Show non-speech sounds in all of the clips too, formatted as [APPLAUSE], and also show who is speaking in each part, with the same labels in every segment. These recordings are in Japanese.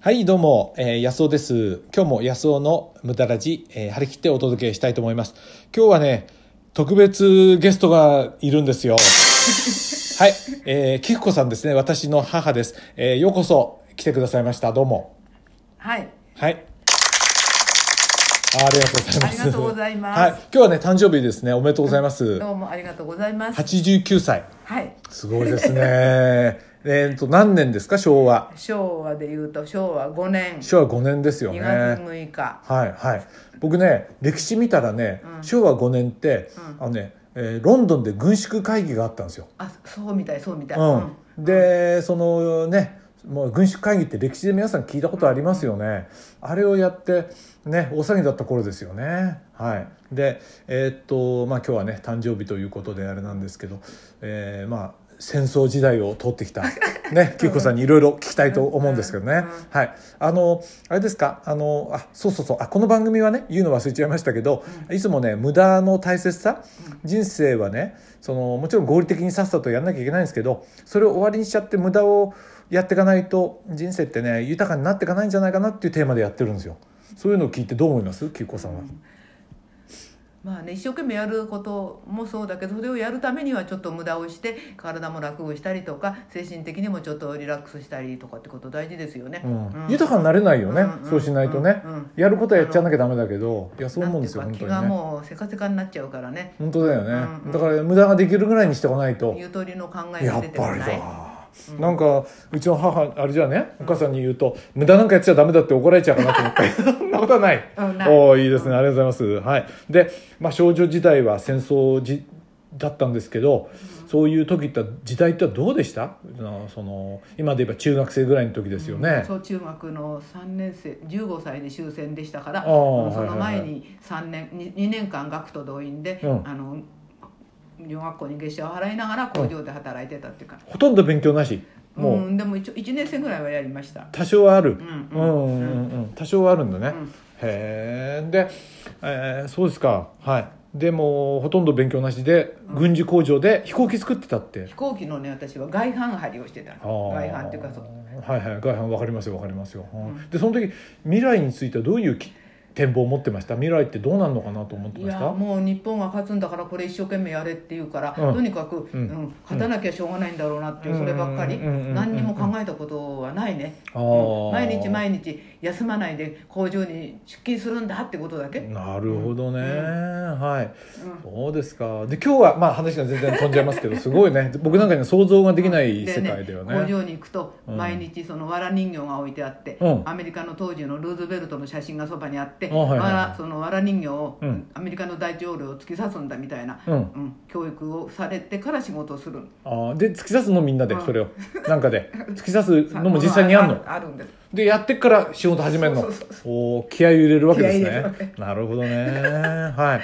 Speaker 1: はい、どうも、えー、安尾です。今日も安尾の無駄ラジ、えー張り切ってお届けしたいと思います。今日はね、特別ゲストがいるん
Speaker 2: [LAUGHS]
Speaker 1: ですよ。はい、えー、キクコさんですね。私の母です。えー、ようこそ来てくださいました。どうも。
Speaker 2: はい。
Speaker 1: はい。あありがとうございます。
Speaker 2: ありがとうございます
Speaker 1: はい、今日はね、誕生日ですね。おめでとうございます。
Speaker 2: どうもありがとうございます。
Speaker 1: 89歳。
Speaker 2: はい。
Speaker 1: すごいですね。 [LAUGHS] えっと、何年ですか、昭和。
Speaker 2: 昭和で言うと昭和5年
Speaker 1: 昭和5年ですよね。
Speaker 2: 2月6日。
Speaker 1: はいはい僕ね歴史見たらね、昭和5年って、あのね、えーロンドンで軍縮会議があったんですよ。
Speaker 2: あ、そうみたいそうみたい。
Speaker 1: うんでそのねもう軍縮会議って歴史で皆さん聞いたことありますよね、あれをやってね大騒ぎだった頃ですよねはいでえーっとまあ今日はね誕生日ということであれなんですけど、えーまあ戦争時代を通ってき [LAUGHS] たね紀子さんにいろいろ聞きたいと思うんですけどね、はいあのあれですかあのあそうそうそうあこの番組はね言うの忘れちゃいましたけど、いつもね無駄の大切さ人生はねそのもちろん合理的にさっさとやんなきゃいけないんですけどそれを終わりにしちゃって無駄をやっていかないと人生ってね豊かになっていかないんじゃないかなっていうテーマでやってるんですよそういうのを聞いてどう思いますキ子さんは、
Speaker 2: まあね、一生懸命やることもそうだけどそれをやるためにはちょっと無駄をして体も楽をしたりとか精神的にもちょっとリラックスしたりとかってこと大事ですよね。
Speaker 1: うん豊かになれないよね、
Speaker 2: うんうん
Speaker 1: そうしないとね、
Speaker 2: うんうん
Speaker 1: やることはやっちゃわなきゃダメだけどいやそう思うんですよ
Speaker 2: な
Speaker 1: 本
Speaker 2: ん
Speaker 1: 当
Speaker 2: ていう
Speaker 1: に
Speaker 2: か気が
Speaker 1: ね
Speaker 2: もうせかせかになっちゃうからね
Speaker 1: 本当だよね、
Speaker 2: うんうん
Speaker 1: だから無駄ができるぐらいにしておかないと
Speaker 2: ゆとりの考え
Speaker 1: や
Speaker 2: が
Speaker 1: っ
Speaker 2: 出てこ
Speaker 1: ぱり
Speaker 2: ない。
Speaker 1: だ、なんかうちの母あれじゃねお母さんに言うと、無駄なんかやっちゃダメだって怒られちゃうかなと思 [LAUGHS] ってそんなことはない、
Speaker 2: うんない
Speaker 1: おおいいですね、ありがとうございますはいで、まあ、少女時代は戦争じだったんですけど、そういう時って時代ってどうでしたなその今で言えば中学生ぐらいの時ですよね、
Speaker 2: そう中学の3年生15歳で終戦でしたから
Speaker 1: あ
Speaker 2: そ
Speaker 1: ーはい
Speaker 2: の
Speaker 1: はい
Speaker 2: 前
Speaker 1: はい
Speaker 2: に3年 2, 2年間学徒動員で、
Speaker 1: うん
Speaker 2: あの女学校に月謝を払いながら工場で働いてたっていうか、
Speaker 1: ほとんど勉強なし
Speaker 2: う
Speaker 1: もう、
Speaker 2: んでも一応1年生ぐらいはやりました
Speaker 1: 多少はある、
Speaker 2: うんうん
Speaker 1: うんうんうん多少はあるんだね、
Speaker 2: ん
Speaker 1: へえで、えーそうですかはいでもほとんど勉強なしで軍事工場で飛行機作ってたって、
Speaker 2: 飛行機のね私は外販張りをしてたの
Speaker 1: あー
Speaker 2: 外販っていうかそう
Speaker 1: はいはい外反わかりますよわかりますよ、うんでその時未来についてはどういうき展望を持ってました未来ってどうなるのかなと思って
Speaker 2: い
Speaker 1: まし
Speaker 2: や
Speaker 1: た
Speaker 2: もう日本が勝つんだからこれ一生懸命やれって言うから、
Speaker 1: うん
Speaker 2: とにかく、
Speaker 1: う
Speaker 2: うんん勝たなきゃしょうがないんだろうなっていう、
Speaker 1: うん
Speaker 2: そればっかり、
Speaker 1: うん
Speaker 2: 何にも考えたことはないね、
Speaker 1: あ
Speaker 2: う
Speaker 1: ー
Speaker 2: ん毎日毎日休まないで工場に出勤するんだってことだけ、
Speaker 1: なるほどね、はい、
Speaker 2: うん
Speaker 1: そうですかで今日はまあ話が全然飛んじゃいますけどすごいね僕なんかには想像ができない世界だよね
Speaker 2: 工場に行くと
Speaker 1: うん
Speaker 2: 毎日その藁人形が置いてあって、
Speaker 1: うん
Speaker 2: アメリカの当時のルーズベルトの写真がそばにあって、
Speaker 1: あはいはいはい
Speaker 2: 藁その藁人形を、
Speaker 1: うん
Speaker 2: アメリカの大統領を突き刺すんだみたいな、
Speaker 1: うん
Speaker 2: うん教育をされてから仕事をする
Speaker 1: あーで突き刺すのみんなで
Speaker 2: うん
Speaker 1: それをなんか
Speaker 2: [LAUGHS]
Speaker 1: で突き刺すのも実際にあるの
Speaker 2: あるんです
Speaker 1: でやってっから仕事始めるの
Speaker 2: そうそう
Speaker 1: おー気合いを入れるわけです
Speaker 2: 気合い入れるわ
Speaker 1: ねなるほどねは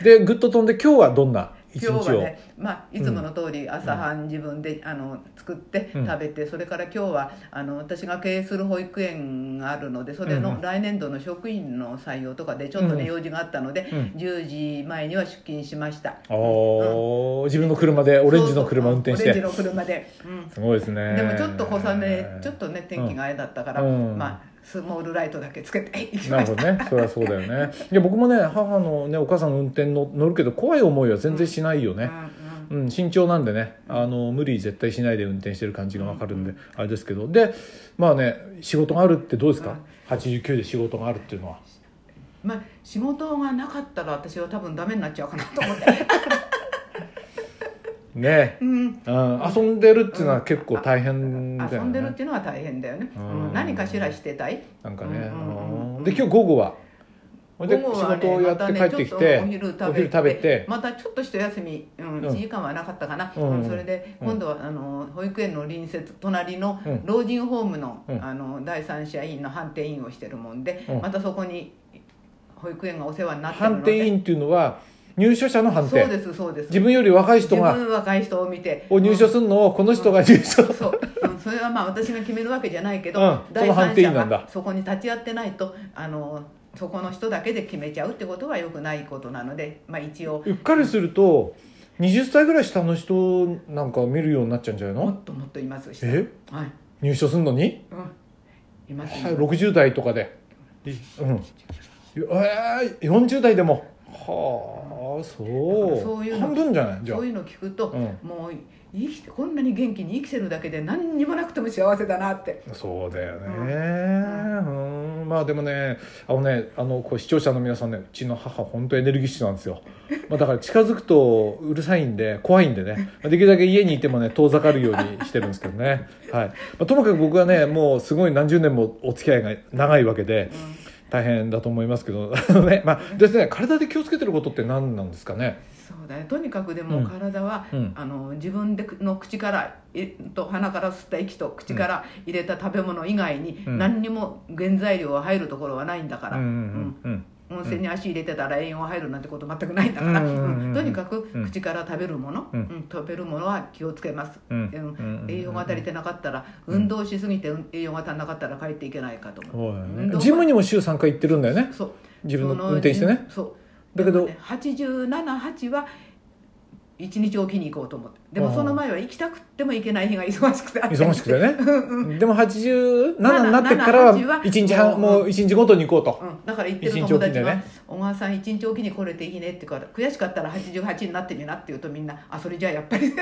Speaker 1: いでぐっと飛んで今日はどんな一日
Speaker 2: 今
Speaker 1: を
Speaker 2: 日はね、まあ、いつもの通り朝飯自分で、あの作って
Speaker 1: うん
Speaker 2: 食べて、それから今日はあの私が経営する保育園があるのでそれ
Speaker 1: うんうん
Speaker 2: の来年度の職員の採用とかでちょっと
Speaker 1: う
Speaker 2: ね、
Speaker 1: ん
Speaker 2: 用事があったので、
Speaker 1: うん
Speaker 2: 10時前には出勤しました
Speaker 1: おー自分の車でオレンジの車運転して
Speaker 2: そうそううんオレンジの車で、うん
Speaker 1: すごいですね
Speaker 2: でもちょっと小雨ちょっとね天気があれだったから、
Speaker 1: うん
Speaker 2: まあスモールライトだけつけて行き
Speaker 1: な
Speaker 2: ま
Speaker 1: る
Speaker 2: し
Speaker 1: ほ
Speaker 2: た
Speaker 1: どねそれはそうだよねいや僕もね母のねお母さんの運転の乗るけど怖い思いは全然しないよね、
Speaker 2: うんうん
Speaker 1: うん、慎重なんでねあの無理絶対しないで運転してる感じがわかるんで、あれですけどでまあね仕事があるってどうですか、89で仕事があるっていうのは
Speaker 2: まあ、仕事がなかったら私は多分ダメになっちゃうかなと思って、
Speaker 1: [LAUGHS] ね
Speaker 2: うん、
Speaker 1: うん、遊んでるっていうのは結構大変だ
Speaker 2: 遊
Speaker 1: よ
Speaker 2: んでるっ
Speaker 1: ね、
Speaker 2: ていうのは大変だよね、う
Speaker 1: うん
Speaker 2: ん何かしらしてたい
Speaker 1: なんかね、
Speaker 2: うんうんうん
Speaker 1: うんで今日午後はほいで
Speaker 2: 午後
Speaker 1: 仕
Speaker 2: はね
Speaker 1: 事をやって帰ってきて、
Speaker 2: またねちょっと
Speaker 1: お
Speaker 2: お
Speaker 1: 昼
Speaker 2: 昼
Speaker 1: 食
Speaker 2: 食
Speaker 1: べ
Speaker 2: べて
Speaker 1: て
Speaker 2: またちょっと一休み、うん
Speaker 1: ん
Speaker 2: 1時間はなかったかな、
Speaker 1: うん
Speaker 2: うんそれで今度は、あの保育園の隣接隣の
Speaker 1: うん
Speaker 2: 老人ホームの,、
Speaker 1: うん
Speaker 2: あの第三者委員の判定員をしてるもんで、
Speaker 1: うん
Speaker 2: またそこに保育園がお世話になってるの
Speaker 1: 判定員っていうのは入所者の判
Speaker 2: そう
Speaker 1: 定
Speaker 2: ですそうです
Speaker 1: 自分より若い人
Speaker 2: 自
Speaker 1: が
Speaker 2: 分若い人を見て
Speaker 1: を入所するのをこの人が入所、
Speaker 2: そう、うん、それはまあ私が決めるわけじゃないけど、
Speaker 1: うんそ
Speaker 2: 第
Speaker 1: の判
Speaker 2: 三
Speaker 1: 定員
Speaker 2: 者
Speaker 1: なんだ
Speaker 2: がそこに立ち会ってないとあのそこの人だけで決めちゃうってことはよくないことなので、まあ、一応
Speaker 1: うっかりすると20歳ぐらい下の人なんか見るようになっちゃうんじゃない
Speaker 2: も
Speaker 1: の
Speaker 2: っともっといますし
Speaker 1: え
Speaker 2: はい
Speaker 1: 入所するのに
Speaker 2: うん、います
Speaker 1: はい、60代とかで、いうん、えー、40代でもはあそう
Speaker 2: そういうの
Speaker 1: 半分じゃないじゃあ
Speaker 2: そういうの聞くと、
Speaker 1: うん
Speaker 2: もう生きてこんなに元気に生きてるだけで何にもなくても幸せだなって
Speaker 1: そうだよね、うんまあでもねあのねあのこう視聴者の皆さんねうちの母本当エネルギッシュなんですよ、まあ、だから近づくとうるさいんで怖いんでねできるだけ家にいてもね遠ざかるようにしてるんですけどね、はいまあ、ともかく僕はねもうすごい何十年もお付き合いが長いわけで大変だと思いますけど [LAUGHS] あのねまあですね体で気をつけてることって何なんですかね
Speaker 2: そうだねとにかくでも
Speaker 1: うん
Speaker 2: 体は、
Speaker 1: うん
Speaker 2: あの自分での口からえと鼻から吸った息と口から入れた食べ物以外に
Speaker 1: うん
Speaker 2: 何にも原材料は入るところはないんだから、
Speaker 1: うんうんうん
Speaker 2: うん温泉に足入れてたら栄養入るなんてこと全くないんだから、
Speaker 1: うんうんうん
Speaker 2: うんとにかく
Speaker 1: うん
Speaker 2: 口から食べるもの、
Speaker 1: うん
Speaker 2: うん食べるものは気をつけます、
Speaker 1: うん
Speaker 2: で
Speaker 1: う
Speaker 2: も
Speaker 1: ん
Speaker 2: 栄養が足りてなかったら、運動しすぎてうん栄養が足りなかったら帰っていけないかと
Speaker 1: そ
Speaker 2: 思
Speaker 1: う
Speaker 2: う
Speaker 1: だよ
Speaker 2: 運動
Speaker 1: ね
Speaker 2: は
Speaker 1: ジムにも週3回行ってるんだよね
Speaker 2: そう
Speaker 1: 自分
Speaker 2: そ
Speaker 1: の運転してね
Speaker 2: そう
Speaker 1: だけど
Speaker 2: でもね878は1日おきに行こうと思ってで
Speaker 1: あ
Speaker 2: も
Speaker 1: あ
Speaker 2: その前は行きたくっても行けない日が忙しくて
Speaker 1: 忙しくてね
Speaker 2: うんうん
Speaker 1: でも87になってから
Speaker 2: 7は
Speaker 1: は1日半
Speaker 2: もう
Speaker 1: もう1日ごとに行こうと、
Speaker 2: うんだから行ってる友達は「小川さん一日おきに来れていいね」って言うから悔しかったら88になってみなって言うとみんな「あそれじゃあやっぱり」って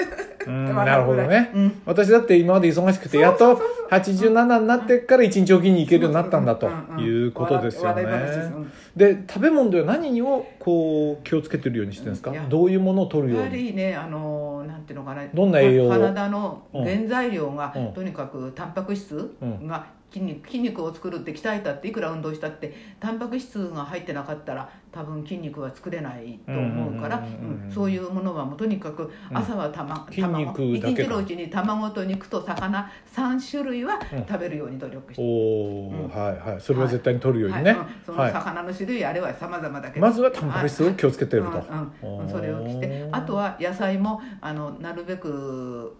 Speaker 1: うん
Speaker 2: 笑うぐらい
Speaker 1: なるほどね、
Speaker 2: うん
Speaker 1: 私だって今まで忙しくてやっと87になってから1日おきに行けるようになったんだと
Speaker 2: うんうん
Speaker 1: いうことですよね
Speaker 2: 笑い話ですうん
Speaker 1: で食べ物では何をこう気をつけてるようにしてるんですか
Speaker 2: いや
Speaker 1: どういうものを取る
Speaker 2: や
Speaker 1: よう
Speaker 2: は
Speaker 1: に
Speaker 2: りねあのーなんていうのかな
Speaker 1: どんな栄養を
Speaker 2: まあ体の原材料が、
Speaker 1: うん
Speaker 2: とにかくタンパク質
Speaker 1: うん
Speaker 2: が筋肉筋肉を作るって鍛えたっていくら運動したってタンパク質が入ってなかったら多分筋肉は作れないと思うから
Speaker 1: うんうんうんうん
Speaker 2: うんそういうものはもうとにかく朝はたま、
Speaker 1: 筋
Speaker 2: 卵
Speaker 1: 肉だけか
Speaker 2: 一日のうちに卵と肉と魚3種類は
Speaker 1: うん
Speaker 2: 食べるように努力して
Speaker 1: お、おー、
Speaker 2: うん
Speaker 1: はいはいそれは絶対に取るよう
Speaker 2: は
Speaker 1: に
Speaker 2: い
Speaker 1: ね、
Speaker 2: うんその魚の種類あれは様々だけど、
Speaker 1: まずはタンパク質を気をつけてると、
Speaker 2: うんうん
Speaker 1: おー
Speaker 2: それを着てあとは野菜もあのなるべく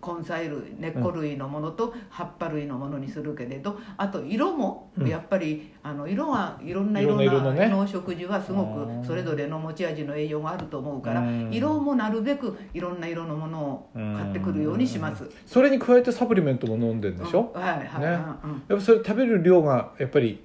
Speaker 2: 根菜類根っこ類のものと葉っぱ類のものにするけれど、あと色も
Speaker 1: うん
Speaker 2: やっぱり、あの色はいろんない
Speaker 1: ろ
Speaker 2: 色
Speaker 1: ん
Speaker 2: ん
Speaker 1: な色の
Speaker 2: な
Speaker 1: ね
Speaker 2: の食事はすご
Speaker 1: あー
Speaker 2: くそれぞれの持ち味の栄養があると思うから、
Speaker 1: うん
Speaker 2: 色もなるべくいろんな色のものを買ってくるようにします。
Speaker 1: それに加えてサプリメントも飲んでるんでしょ、
Speaker 2: うんはいはい、
Speaker 1: ね
Speaker 2: うんうん
Speaker 1: やっぱそれ食べる量がやっぱり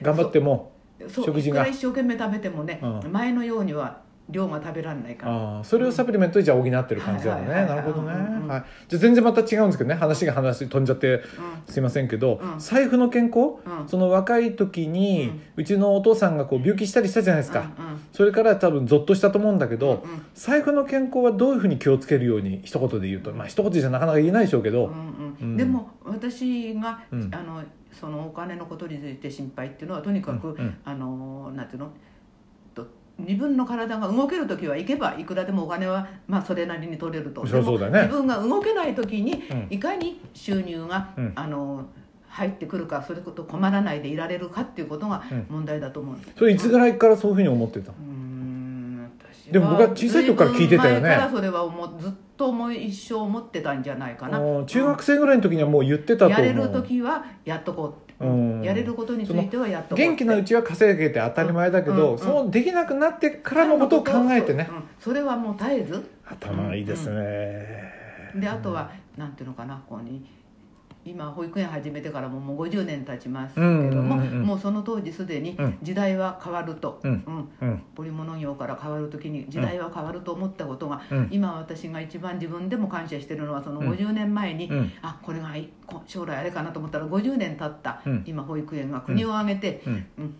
Speaker 1: 頑張っても
Speaker 2: そう
Speaker 1: 食事
Speaker 2: いく
Speaker 1: が
Speaker 2: ら一生懸命食べてもね、
Speaker 1: うん
Speaker 2: 前のようには量が食べられないから。
Speaker 1: あーそれをサプリメントでじゃあ補ってる感じなのね、
Speaker 2: はいはいはい
Speaker 1: なるほどね、
Speaker 2: うんうん
Speaker 1: はい、じゃあ全然また違うんですけどね話が話飛んじゃって
Speaker 2: う
Speaker 1: すいませんけど、
Speaker 2: うん
Speaker 1: 財布の健康、
Speaker 2: うん
Speaker 1: その若い時に、うちのお父さんがこう病気したりしたじゃないですか、
Speaker 2: うんうん
Speaker 1: それから多分ゾッとしたと思うんだけど、
Speaker 2: うん
Speaker 1: 財布の健康はどういうふうに気をつけるように一言で言うとまあ一言じゃなかなか言えないでしょうけど、
Speaker 2: うん
Speaker 1: う
Speaker 2: うんん、でも私が、
Speaker 1: うん
Speaker 2: あのそのお金のことについて心配っていうのはとにかく、
Speaker 1: うんうん
Speaker 2: あのなんていうのと自分の体が動ける時は行けばいくらでもお金は、まあ、それなりに取れると
Speaker 1: そう
Speaker 2: でも
Speaker 1: そうだね
Speaker 2: 自分が動けない時に、
Speaker 1: うん
Speaker 2: いかに収入が、
Speaker 1: うん
Speaker 2: あの入ってくるかそれこと困らないでいられるかっていうことが
Speaker 1: うん
Speaker 2: 問題だと思う、
Speaker 1: それいつぐらいからそういうふうに思ってたの
Speaker 2: うーん私
Speaker 1: でも僕は小さい時から聞いてたよね
Speaker 2: 随分前からそれは思うずっと思い一生思ってたんじゃないかな
Speaker 1: あー中学生ぐらいの時にはもう言ってたと思
Speaker 2: や
Speaker 1: う
Speaker 2: れる時はやっとこうって、
Speaker 1: うん
Speaker 2: やれることについてはやっとこうって
Speaker 1: 元気なうちは稼げて当たり前だけ
Speaker 2: うん
Speaker 1: ど、
Speaker 2: うん
Speaker 1: そうできなくなってからのことを考えてね
Speaker 2: う、んそれはもう絶えず
Speaker 1: 頭がいいですね、
Speaker 2: であとは、なんていうのかなここに今保育園始めてからももう50年経ちますけれども、
Speaker 1: うんうんうんうん
Speaker 2: もうその当時すでに
Speaker 1: うん
Speaker 2: 時代は変わると、
Speaker 1: うんうん
Speaker 2: ポリモノ業から変わる時に時代は変わると思ったことが、
Speaker 1: うん
Speaker 2: 今私が一番自分でも感謝してるのはその
Speaker 1: うん
Speaker 2: 50年前に、
Speaker 1: うん
Speaker 2: あこれがいこ将来あれかなと思ったら50年経った、
Speaker 1: うん
Speaker 2: 今保育園が国を挙げて、
Speaker 1: うん
Speaker 2: うん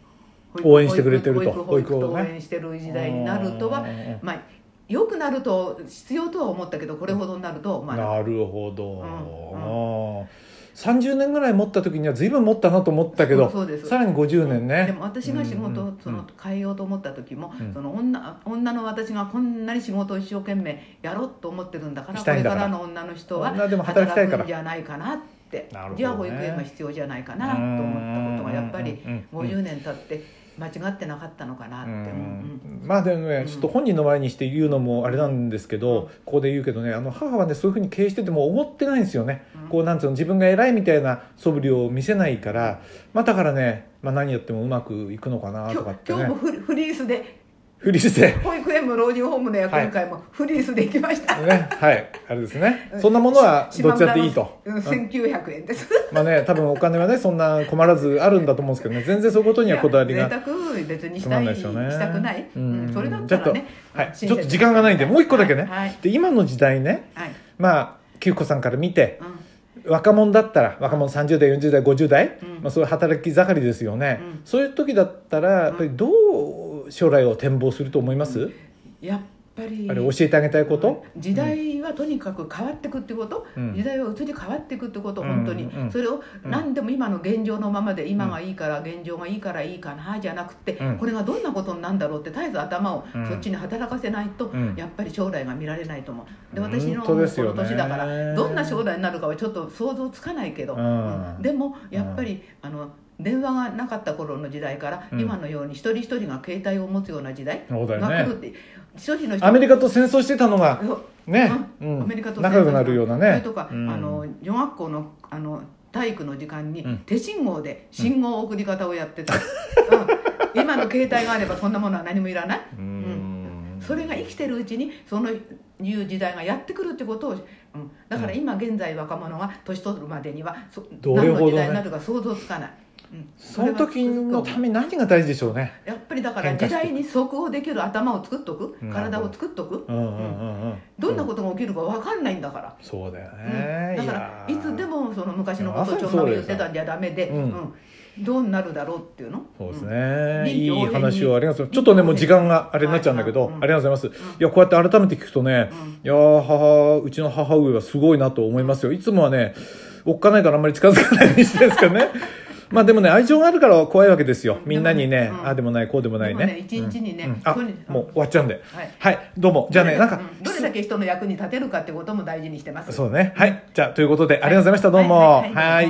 Speaker 1: 応援してくれてると
Speaker 2: 保育保育保育
Speaker 1: 保育を
Speaker 2: と応
Speaker 1: ね
Speaker 2: 援してる時代になると
Speaker 1: う
Speaker 2: は
Speaker 1: んうんうん
Speaker 2: まあ良くなると必要とは思ったけどこれほどになるとは思わなかっ
Speaker 1: なるほど、
Speaker 2: うん
Speaker 1: あー30年ぐらい持った時には随分持ったなと思ったけど
Speaker 2: そうそうです
Speaker 1: さらに50
Speaker 2: た
Speaker 1: 年ね、
Speaker 2: でも私が仕事
Speaker 1: うんう
Speaker 2: を
Speaker 1: ん
Speaker 2: その変えようと思った時も、
Speaker 1: うん
Speaker 2: その女女の私がこんなに仕事を一生懸命やろうと思ってるんだから
Speaker 1: したいんだ
Speaker 2: こ
Speaker 1: から
Speaker 2: れからの女の人は
Speaker 1: 女でも働きたいから
Speaker 2: くんじゃないかなって
Speaker 1: なるほどね
Speaker 2: じゃあ保育園が必要じゃないかなと思ったことがやっぱり
Speaker 1: うんうんうん
Speaker 2: 50年経って間違ってなかったのかなって、うんうん
Speaker 1: まあでもねちょっと本人の前にして言うのもあれなんですけど、
Speaker 2: うん
Speaker 1: ここで言うけどねあの母はねそういうふうに経営してても思ってないんですよね、
Speaker 2: うん
Speaker 1: こうなんつうの自分が偉いみたいな素振りを見せないからまあだからね、まあ、何やってもうまくいくのかな
Speaker 2: 今
Speaker 1: と
Speaker 2: 日
Speaker 1: かって
Speaker 2: 今日も
Speaker 1: ね
Speaker 2: フリフリースで
Speaker 1: フリーで
Speaker 2: 保育園も老人ホームの役員会もフリースで行きました、
Speaker 1: ね、はい、あれですね [LAUGHS]
Speaker 2: う。
Speaker 1: そんなものはどっちだっていいと。
Speaker 2: うん1900円です
Speaker 1: まあね、多分お金はね、そんな困らずあるんだと思うんですけどね、全然そういうことにはこだわり
Speaker 2: [LAUGHS] いや
Speaker 1: が。
Speaker 2: 贅沢別にし
Speaker 1: つま
Speaker 2: た
Speaker 1: ん
Speaker 2: い
Speaker 1: ないですよね
Speaker 2: したくない、う
Speaker 1: うん
Speaker 2: んそれだったらね
Speaker 1: はい、ちょっと時間がないんで、もう一個だけね。
Speaker 2: はい、
Speaker 1: で、今の時代ね、
Speaker 2: はいはい
Speaker 1: まあ、久子さんから見て、
Speaker 2: うん
Speaker 1: 若者だったら、若者30代、40代、50代、
Speaker 2: うん
Speaker 1: まあ、そういう働き盛りですよね。
Speaker 2: うん
Speaker 1: そういう時だったら、やっぱりどう将来を展望すると思います、
Speaker 2: やっぱり
Speaker 1: あれ、教えてあげたいこと、
Speaker 2: 時代はとにかく変わっていくってこと、
Speaker 1: うん
Speaker 2: 時代は移り変わっていくってこと、
Speaker 1: うん
Speaker 2: 本当に、
Speaker 1: うん
Speaker 2: それを
Speaker 1: うん
Speaker 2: 何でも今の現状のままで今がいいから、現状がいいからいいかなじゃなくて、
Speaker 1: うん
Speaker 2: これがどんなことになんだろうって絶えず頭を
Speaker 1: うん
Speaker 2: そっちに働かせないと、
Speaker 1: うん
Speaker 2: やっぱり将来が見られないと思うで
Speaker 1: 本
Speaker 2: 私のこ
Speaker 1: 当
Speaker 2: の
Speaker 1: ですよね
Speaker 2: 年だからどんな将来になるかはちょっと想像つかないけど、
Speaker 1: うん
Speaker 2: でもやっぱり、あの電話がなかった頃の時代から、
Speaker 1: うん
Speaker 2: 今のように一人一人が携帯を持つような時代
Speaker 1: そうだよ
Speaker 2: が
Speaker 1: ね
Speaker 2: 来るって、一人の人
Speaker 1: アメリカと戦争してたのが、ね、うん
Speaker 2: アメリカと
Speaker 1: 仲良くなるようなね。
Speaker 2: それとか、
Speaker 1: うん
Speaker 2: あの女学校のあの体育の時間に
Speaker 1: うん
Speaker 2: 手信号で信号送り方をやってた、うん今の携帯があればそんなものは何もいらない、
Speaker 1: うん
Speaker 2: それが生きてるうちにそのいう時代がやってくるってことを、うん、だから今現在若者は年取るまでにはそ
Speaker 1: どれほどね
Speaker 2: 何の時代になるか想像つかない、うん、
Speaker 1: その時のために何が大事でしょうね。
Speaker 2: やっぱりだから
Speaker 1: 変化
Speaker 2: 時
Speaker 1: していく
Speaker 2: 代に即応できる頭を作っとく
Speaker 1: なるほど
Speaker 2: 体を作っとく
Speaker 1: うんうんうんうん。
Speaker 2: どんなことが起きるか分かんないんだから。
Speaker 1: そうだよね。
Speaker 2: うんだからいつで
Speaker 1: も。
Speaker 2: もその昔のこと
Speaker 1: い
Speaker 2: をち
Speaker 1: や
Speaker 2: ょんまげ言ってたんじゃダメで、
Speaker 1: そう
Speaker 2: う
Speaker 1: ですよ
Speaker 2: んどうなるだろうっていうの
Speaker 1: そうです
Speaker 2: ん
Speaker 1: ね、
Speaker 2: 臨機応
Speaker 1: いい
Speaker 2: 変に
Speaker 1: 話をありがとうございます。ちょっとね、もう時間があれになっちゃうんだけど、
Speaker 2: はいはいうん
Speaker 1: ありがとうございます。
Speaker 2: うん
Speaker 1: いや、こうやって改めて聞くとね、
Speaker 2: うん
Speaker 1: いやー母、うちの母上はすごいなと思いますよ。いつもはね、おっかないからあんまり近づかないようにしてるんですけどね。 [LAUGHS] まあでもね、愛情があるから怖いわけですよ。みんなにね、
Speaker 2: うん
Speaker 1: ああでもない、こうでもない
Speaker 2: でも
Speaker 1: ね。
Speaker 2: ね一日にね
Speaker 1: うんうんあ、
Speaker 2: とに
Speaker 1: もう終わっちゃうんで。
Speaker 2: はい
Speaker 1: はい、どうも。じゃあね、なんか、
Speaker 2: うんどれだけ人の役に立てるかってことも大事にしてます
Speaker 1: そうね。はい。じゃあ、ということで、ありがとうございました。どうも。
Speaker 2: はいはいはい
Speaker 1: はい